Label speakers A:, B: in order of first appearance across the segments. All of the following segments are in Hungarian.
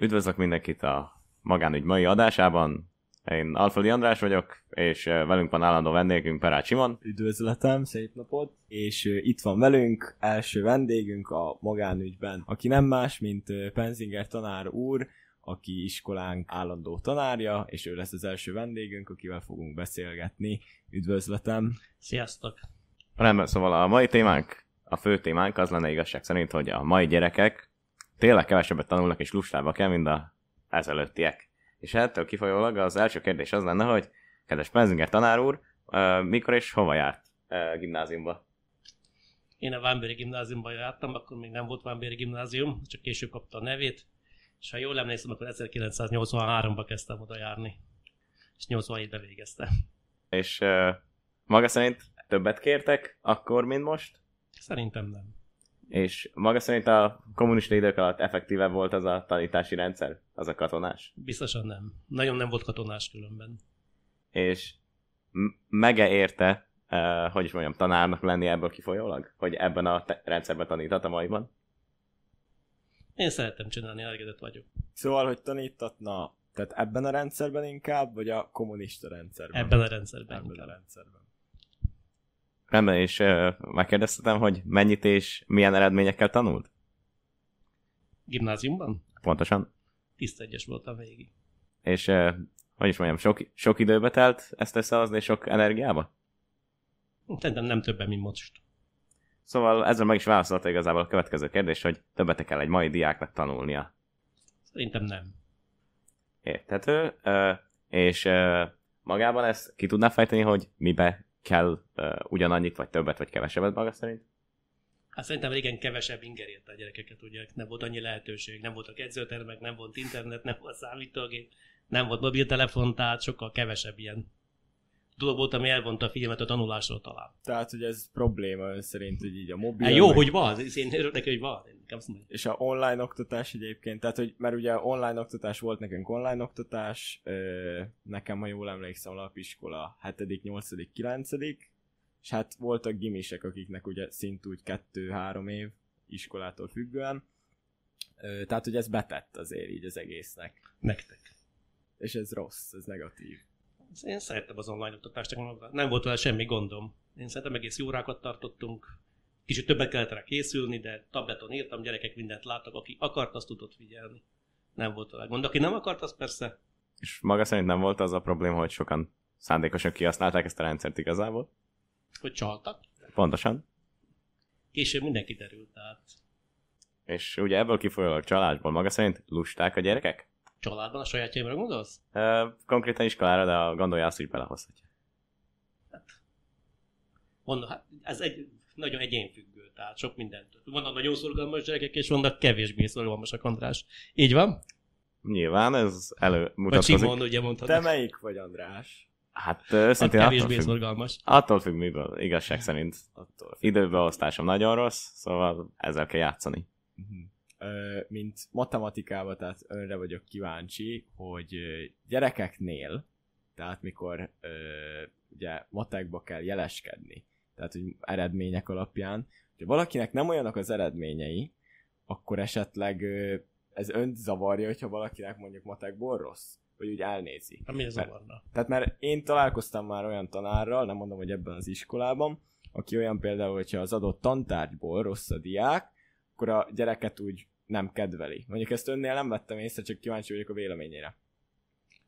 A: Üdvözlök mindenkit a Magánügy mai adásában. Én Alföldi András vagyok, és eh, velünk van állandó vendégünk Perács Simon.
B: Üdvözletem, szép napot! És uh, itt van velünk első vendégünk a magánügyben, aki nem más, mint uh, Penzinger tanár úr, aki iskolánk állandó tanárja, és ő lesz az első vendégünk, akivel fogunk beszélgetni. Üdvözletem!
C: Sziasztok!
A: Rendben, szóval a mai témánk, a fő témánk az lenne igazság szerint, hogy a mai gyerekek tényleg kevesebbet tanulnak és lustábbak kell, mint a ezelőttiek. És ettől kifolyólag az első kérdés az lenne, hogy kedves Penzinger tanár úr, mikor és hova járt gimnáziumba?
C: Én a Vámbéri gimnáziumban jártam, akkor még nem volt Vámbéri gimnázium, csak később kapta a nevét, és ha jól emlékszem, akkor 1983-ban kezdtem oda járni, és 87-ben végeztem.
A: És maga szerint többet kértek akkor, mint most?
C: Szerintem nem.
A: És maga szerint a kommunista idők alatt effektíve volt az a tanítási rendszer, az a katonás?
C: Biztosan nem. Nagyon nem volt katonás különben.
A: És m- megeérte, eh, hogy is mondjam, tanárnak lenni ebből kifolyólag? Hogy ebben a te- rendszerben tanított a maiban?
C: Én szerettem csinálni, elégedett vagyok.
B: Szóval, hogy tanítatna, tehát ebben a rendszerben inkább, vagy a kommunista rendszerben?
C: Ebben a rendszerben.
B: Ebben a
C: inkább.
B: rendszerben.
A: Rendben, és eh, megkérdeztetem, hogy mennyit és milyen eredményekkel tanult?
C: Gimnáziumban?
A: Pontosan.
C: Tiszta egyes voltam végig.
A: És eh, hogy is mondjam, sok, sok időbe telt ezt összehozni, sok energiába?
C: Szerintem nem többen, mint most.
A: Szóval ezzel meg is válaszolta igazából a következő kérdés, hogy többet kell egy mai diáknak tanulnia.
C: Szerintem nem.
A: érthető, ö, és ö, magában ezt ki tudná fejteni, hogy mibe kell ö, ugyanannyit, vagy többet, vagy kevesebbet maga szerint?
C: Hát szerintem régen kevesebb inger érte a gyerekeket, ugye nem volt annyi lehetőség, nem voltak edzőtermek, nem volt internet, nem volt számítógép, nem volt mobiltelefon, tehát sokkal kevesebb ilyen dolog volt, ami elvonta a figyelmet a tanulásról talán.
B: Tehát, hogy ez probléma ön szerint, hogy így a mobil...
C: Hát jó,
B: meg-
C: hogy van, ez- én örülök neki, hogy van. Én inkább azt mondom,
B: és a online oktatás egyébként, tehát hogy mert ugye online oktatás volt nekünk online oktatás, ö, nekem, ha jól emlékszem, alapiskola 7., 8., 9. És hát voltak gimisek, akiknek ugye szintúgy 2-3 év iskolától függően. Ö, tehát, hogy ez betett azért így az egésznek.
C: Nektek.
B: És ez rossz, ez negatív.
C: Én szerettem az online oktatást, csak mondom, nem volt vele semmi gondom. Én szerintem egész jó órákat tartottunk, kicsit többet kellett rá készülni, de tableton írtam, gyerekek mindent láttak, aki akart, azt tudott figyelni. Nem volt vele gond. Aki nem akart, az persze
A: És maga szerint nem volt az a probléma, hogy sokan szándékosan kihasználták ezt a rendszert igazából?
C: hogy csaltak.
A: Pontosan.
C: Később mindenki derült, tehát
A: És ugye ebből kifolyólag csalásból maga szerint lusták a gyerekek?
C: családban a sajátjaimra gondolsz?
A: Ö, konkrétan iskolára, de a gondolja azt, hogy belehozhatja.
C: Mondom, hát ez egy nagyon egyénfüggő, tehát sok mindent. Vannak nagyon szorgalmas gyerekek, és vannak kevésbé szorgalmasak, András. Így van?
A: Nyilván ez
C: Vagy
A: előmutatkozik.
C: Simon, ugye mondtad.
B: Te melyik vagy, András?
A: Hát ö,
C: a
A: őszintén attól
C: kevésbé
A: függ,
C: szorgalmas.
A: attól függ, miből, igazság szerint.
B: Attól.
A: Időbeosztásom nagyon rossz, szóval ezzel kell játszani.
B: Mhm. Ö, mint matematikába, tehát önre vagyok kíváncsi, hogy ö, gyerekeknél, tehát mikor ö, ugye matekba kell jeleskedni, tehát hogy eredmények alapján, hogyha valakinek nem olyanok az eredményei, akkor esetleg ö, ez önt zavarja, hogyha valakinek mondjuk matekból rossz, vagy úgy elnézi.
C: Hát mi ez zavarna?
B: Tehát mert én találkoztam már olyan tanárral, nem mondom, hogy ebben az iskolában, aki olyan például, hogyha az adott tantárgyból rossz a diák, akkor a gyereket úgy nem kedveli. Mondjuk ezt önnél nem vettem észre, csak kíváncsi vagyok a véleményére.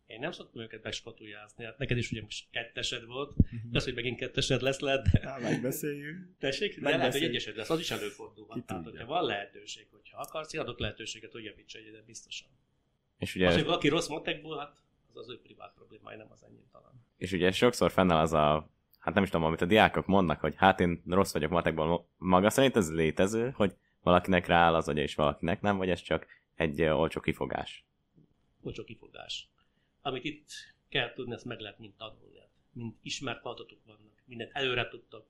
C: Én nem szoktam őket bespatujázni, hát neked is ugye most kettesed volt, de az, hogy megint kettesed lesz, lehet, de
B: Hát megbeszéljük.
C: tessék, de lehet, hogy
B: Megbeszéljük.
C: egyesed lesz, az is
B: Ki
C: előfordulhat. Tehát,
B: tudja.
C: hogyha van lehetőség, hogyha akarsz, én adok lehetőséget, hogy javíts egyet, biztosan.
A: És
C: Az,
A: ugye,
C: hogy valaki rossz matekból, hát az az ő privát problémája, nem az enyém talán.
A: és ugye sokszor fennáll az a, hát nem is tudom, amit a diákok mondnak, hogy hát én rossz vagyok matekból Ma- maga szerint ez létező, hogy valakinek rááll az agya, és valakinek nem, vagy ez csak egy ö, olcsó kifogás.
C: Olcsó kifogás. Amit itt kell tudni, ezt meg lehet mind tanulni. hát Mind ismert adatok vannak, mindent előre tudtak.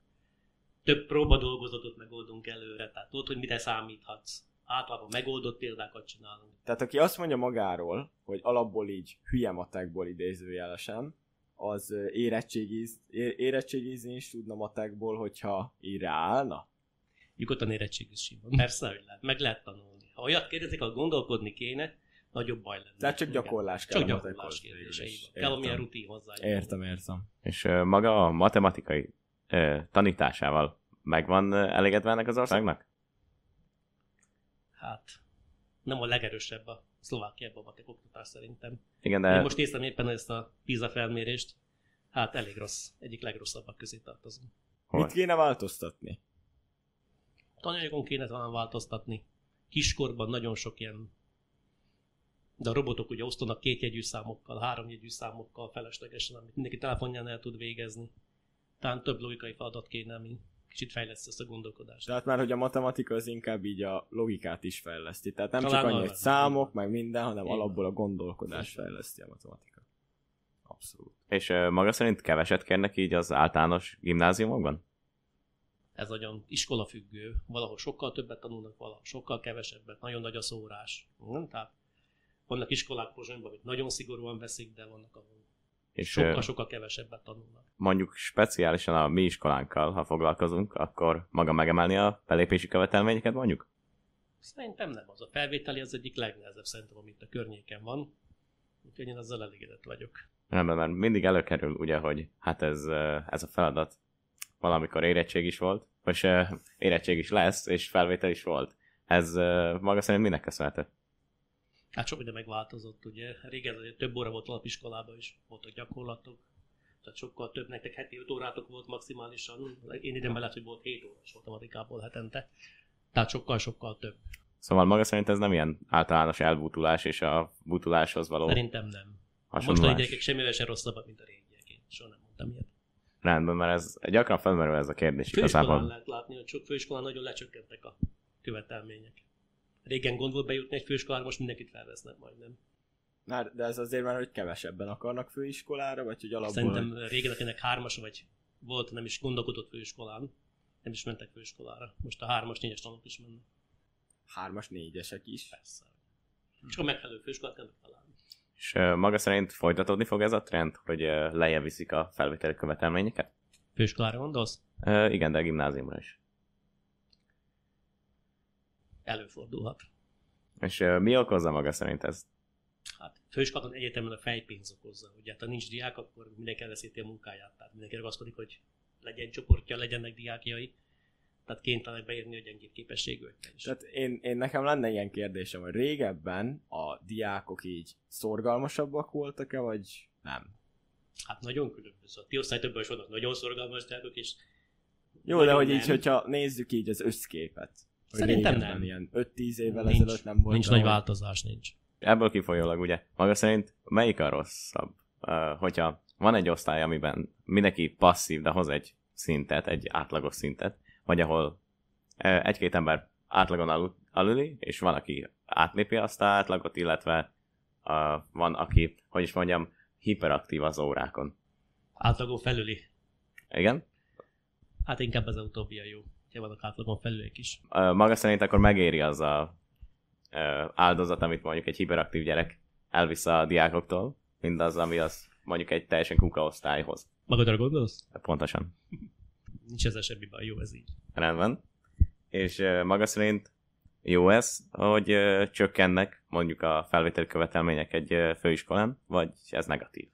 C: Több próba dolgozatot megoldunk előre, tehát tudod, hogy mire számíthatsz. Általában megoldott példákat csinálunk.
B: Tehát aki azt mondja magáról, hogy alapból így hülye matekból idézőjelesen, az ö, érettségiz, é- érettségizni is tudna matekból, hogyha így ráállna.
C: Nyugodtan érettség is simon. Persze, hogy lehet. Meg lehet tanulni. Ha olyat kérdezik, ha gondolkodni kéne, nagyobb baj lenne.
B: Tehát csak
C: Igen.
B: gyakorlás kell.
C: Csak
B: a matekhoz
C: gyakorlás
B: végül is.
C: kérdései. van. Kell
B: Értem.
C: valamilyen rutin hozzá.
B: Értem, értem.
A: És ö, maga a matematikai ö, tanításával megvan ö, elégedve ennek az országnak?
C: Hát nem a legerősebb a Szlovákiában a matek oktatás szerintem.
A: Igen, de
C: Én most néztem éppen ezt a PISA felmérést. Hát elég rossz. Egyik legrosszabbak közé tartozunk.
A: hol?
B: Mit kéne változtatni?
C: Tananyagon kéne talán változtatni. Kiskorban nagyon sok ilyen de a robotok ugye osztanak kétjegyű számokkal, háromjegyű számokkal feleslegesen, amit mindenki telefonján el tud végezni. Talán több logikai feladat kéne, ami kicsit fejleszt ezt a gondolkodást.
B: Tehát hát már, hogy a matematika az inkább így a logikát is fejleszti. Tehát nem
C: Talán
B: csak annyi,
C: arra.
B: hogy számok, meg minden, hanem
C: Így van.
B: alapból a gondolkodás fejleszti a matematika. Abszolút.
A: És ö, maga szerint keveset kérnek így az általános gimnáziumokban?
C: ez nagyon iskolafüggő, valahol sokkal többet tanulnak, valahol sokkal kevesebbet, nagyon nagy a szórás. Nem? Tehát vannak iskolák Pozsonyban, amit nagyon szigorúan veszik, de vannak, ahol
A: És ö,
C: sokkal-sokkal kevesebbet tanulnak.
A: mondjuk speciálisan a mi iskolánkkal, ha foglalkozunk, akkor maga megemelni a belépési követelményeket mondjuk?
C: Szerintem nem az. A felvételi az egyik legnehezebb szerintem, amit a környéken van. Úgyhogy én ezzel elégedett vagyok.
A: Nem, mert mert mindig előkerül ugye, hogy hát ez, ö, ez a feladat valamikor érettség is volt, vagy ö, érettség is lesz, és felvétel is volt. Ez ö, maga szerint minek köszönhető?
C: Hát sok minden megváltozott, ugye. Régen azért több óra volt alapiskolában is, voltak gyakorlatok, tehát sokkal több, nektek heti 5 órátok volt maximálisan. Én ide mellett, hogy volt 7 órás matematikából hetente. Tehát sokkal-sokkal több.
A: Szóval maga szerint ez nem ilyen általános elbútulás és a bútuláshoz való
C: Szerintem nem. A mostani
A: hasonlás.
C: gyerekek semmivel sem rosszabbak, mint a régiek. Én soha nem mondtam ilyet.
A: Rendben, mert ez gyakran felmerül ez a kérdés
C: Főiskolán
A: igazából.
C: lehet látni, hogy sok főiskolán nagyon lecsökkentek a követelmények. Régen gond volt bejutni egy főiskolára, most mindenkit felvesznek majdnem.
B: Na, de ez azért már, hogy kevesebben akarnak főiskolára, vagy hogy alapból...
C: Szerintem régen akinek hármas vagy volt, nem is gondolkodott főiskolán, nem is mentek főiskolára. Most a hármas, négyes tanok is mennek.
B: hármas, négyesek is.
C: Persze. Csak a megfelelő főiskolát kell megtalálni.
A: És ö, maga szerint folytatódni fog ez a trend, hogy ö, lejjebb viszik a felvételi követelményeket?
C: Főiskolára gondolsz?
A: Ö, Igen, de a gimnáziumra is.
C: Előfordulhat.
A: És ö, mi okozza maga szerint ezt?
C: hát főiskolában egyetemen a fejpénz okozza. Ugye hát ha nincs diák, akkor mindenki elveszíti a munkáját. Tehát mindenki ragaszkodik, hogy legyen csoportja, legyenek diákjai. Tehát kénytelenek beírni a gyengébb képességűekkel is.
B: Tehát hát én, én nekem lenne ilyen kérdésem, hogy régebben a diákok így szorgalmasabbak voltak-e, vagy nem?
C: Hát nagyon különböző. A ti osztálytökben is vannak nagyon szorgalmas diákok, és
B: Jó, de
C: nagyon
B: hogy
C: nem.
B: így, hogyha nézzük így az összképet. hogy
C: Szerintem
B: régebben
C: nem.
B: Ilyen 5-10 évvel
C: Nincs.
B: ezelőtt nem volt.
C: Nincs
B: olyan,
C: nagy változás, nincs.
A: Ebből kifolyólag ugye, maga szerint melyik a rosszabb? Ö, Hogyha van egy osztály, amiben mindenki passzív, de hoz egy szintet, egy átlagos szintet, vagy ahol ö, egy-két ember átlagon alul, alüli, és van, aki átlépi azt a átlagot, illetve ö, van, aki, hogy is mondjam, hiperaktív az órákon.
C: Átlagon felüli.
A: Igen?
C: Hát inkább ez a utóbbi a jó. Ha vannak átlagon felüliek is.
A: Ö, maga szerint akkor megéri az a ö, áldozat, amit mondjuk egy hiperaktív gyerek elvisz a diákoktól, mindaz, ami az mondjuk egy teljesen kuka osztályhoz.
C: Magadra gondolsz?
A: Pontosan.
C: Nincs ezzel semmi baj, jó ez így.
A: Rendben. És ö, maga szerint jó ez, hogy ö, csökkennek mondjuk a felvételi követelmények egy ö, főiskolán, vagy ez negatív?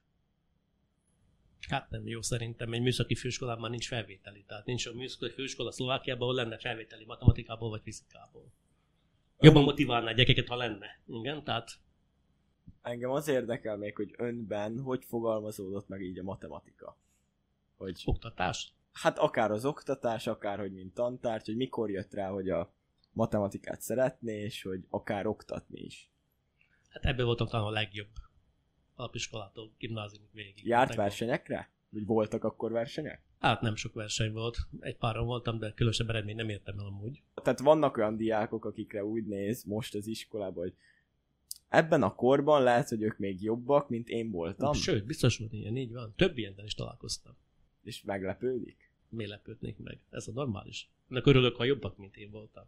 C: Hát nem jó szerintem, egy műszaki főiskolán már nincs felvételi, tehát nincs a műszaki főiskola Szlovákiában, ahol lenne felvételi matematikából vagy fizikából. Jobban motiválná a gyerekeket, ha lenne. Igen, tehát
B: Engem az érdekel még, hogy önben hogy fogalmazódott meg így a matematika. Hogy
C: oktatás.
B: hát akár az oktatás, akár hogy mint tantárgy, hogy mikor jött rá, hogy a matematikát szeretné, és hogy akár oktatni is.
C: Hát ebből voltam talán a legjobb alapiskolától gimnáziumig végig.
B: Járt
C: Megvan.
B: versenyekre? Vagy voltak akkor versenyek?
C: Hát nem sok verseny volt, egy páron voltam, de különösebb eredmény nem értem el amúgy.
B: Tehát vannak olyan diákok, akikre úgy néz most az iskolában, hogy ebben a korban lehet, hogy ők még jobbak, mint én voltam,
C: Sőt, biztos volt ilyen, így van. Több ilyennel is találkoztam.
B: és meglepődik.
C: Miért lepődnék meg? Ez a normális. Ennek örülök, ha jobbak, mint én voltam.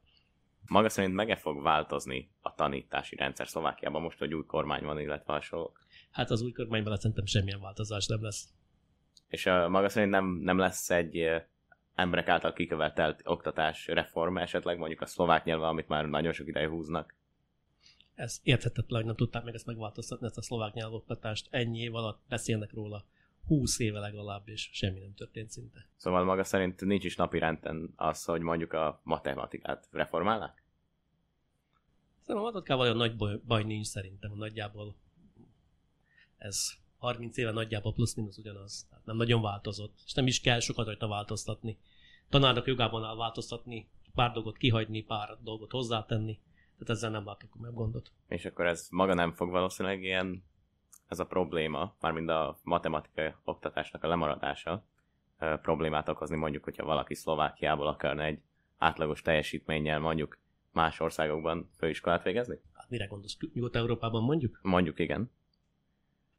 A: Maga szerint meg fog változni a tanítási rendszer Szlovákiában most, hogy új kormány van, illetve hasonlók?
C: Hát az új kormányban szerintem semmilyen változás nem lesz.
A: És ö, maga szerint nem, nem lesz egy ö, emberek által kikövetelt oktatás reform, esetleg mondjuk a szlovák nyelven, amit már nagyon sok ideje húznak.
C: ez érthetetlen, hogy nem tudták meg ezt megváltoztatni, ezt a szlovák nyelvoktatást. Ennyi év alatt beszélnek róla, 20 éve legalább, és semmi nem történt szinte.
A: Szóval maga szerint nincs is napi renden az, hogy mondjuk a matematikát reformálnák?
C: Szerintem a matatkával olyan nagy baj, baj nincs szerintem, nagyjából ez 30 éve nagyjából plusz-minusz ugyanaz. Tehát nem nagyon változott, és nem is kell sokat rajta változtatni. Tanárnak jogában áll változtatni, pár dolgot kihagyni, pár dolgot hozzátenni, tehát ezzel nem látok meg gondot.
A: És akkor ez maga nem fog valószínűleg ilyen, ez a probléma, mármint a matematika oktatásnak a lemaradása ö, problémát okozni, mondjuk, hogyha valaki Szlovákiából akarna egy átlagos teljesítménnyel mondjuk más országokban főiskolát végezni?
C: Hát mire gondolsz, Nyugat-Európában mondjuk?
A: Mondjuk igen.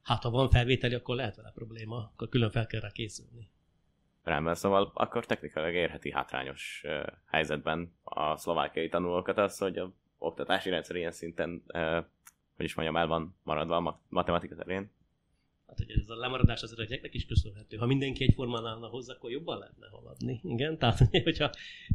C: Hát ha van felvételi, akkor lehet vele probléma, akkor külön fel kell rá készülni.
A: Rendben, szóval akkor technikailag érheti hátrányos ö, helyzetben a szlovákiai tanulókat az, hogy a oktatási rendszer ilyen szinten, ö, hogy is mondjam, el van maradva a ma- matematika terén.
C: Hát, hogy ez a lemaradás az öregeknek is köszönhető. Ha mindenki egyformán állna hozzá, akkor jobban lehetne haladni. Igen, tehát hogyha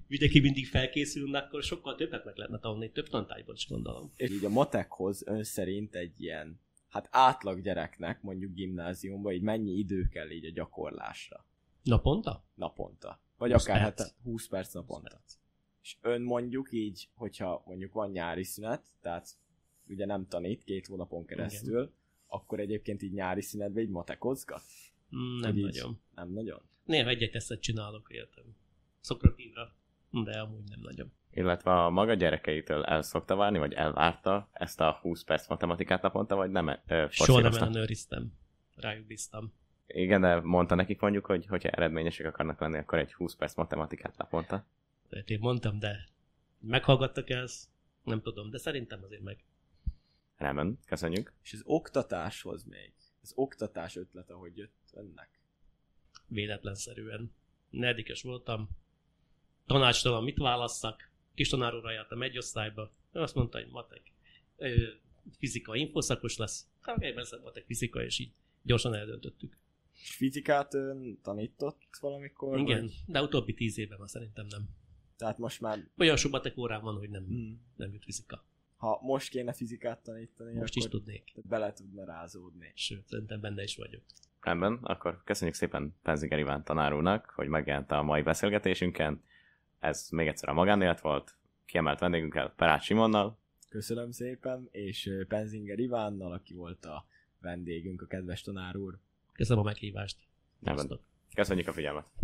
C: mindenki mindig felkészülne, akkor sokkal többet meg lehetne tanulni, több tantárgyból is gondolom.
B: És így a matekhoz ön szerint egy ilyen, hát átlag gyereknek mondjuk gimnáziumban, így mennyi idő kell így a gyakorlásra
C: Naponta?
B: naponta? Vagy
C: 20
B: akár
C: perc.
B: hát 20 perc naponta. És ön mondjuk így, hogyha mondjuk van nyári szünet, tehát ugye nem tanít két hónapon keresztül, Igen. akkor egyébként így nyári szünetben így matekozgat?
C: Mm, Nem
B: Hogy így?
C: nagyon.
B: Nem nagyon.
C: Néha egy-egy tesztet csinálok, értem. Szokratívra, de amúgy nem nagyon.
A: Illetve a maga gyerekeitől el szokta várni, vagy elvárta ezt a 20 perc matematikát naponta, vagy nem? Ö,
C: Soha nem
A: forszírozta?
C: ellenőriztem. Rájuk bíztam.
A: Igen, de mondta nekik mondjuk, hogy hogyha eredményesek akarnak lenni, akkor egy 20 perc matematikát naponta.
C: Tehát én mondtam, de meghallgattak ezt, nem tudom, de szerintem azért meg.
A: Rendben, köszönjük.
B: És az oktatáshoz még, az oktatás ötlete, hogy jött önnek?
C: véletlenszerűen. Negyedikes voltam, tanácstalan mit válasszak, kis tanárúra jártam egy osztályba, ő azt mondta, hogy matek, ö, fizika infoszakos lesz, hát ebben szem matek fizika, és így gyorsan eldöntöttük.
B: És fizikát ön tanított valamikor?
C: Igen,
B: Vagy?
C: de utóbbi tíz évben már szerintem nem.
B: Tehát most már,
C: Olyan sok matek órán van, hogy nem,
B: hm,
C: nem jut fizika.
B: ha most kéne fizikát tanítani,
C: Most is
B: akkor
C: tudnék.
B: bele tudna rázódni.
C: Sőt, szerintem benne is vagyok.
A: Rendben, akkor köszönjük szépen Penziger Iván tanárúnak, hogy megjelent a mai beszélgetésünken. Ez még egyszer a magánélet volt. Kiemelt vendégünkkel Perát Simonnal.
B: Köszönöm szépen, és ö, Penzinger Ivánnal, aki volt a vendégünk, a kedves tanár úr.
C: Köszönöm a meghívást.
A: Rendben.
C: Sziasztok.
A: Köszönjük a figyelmet.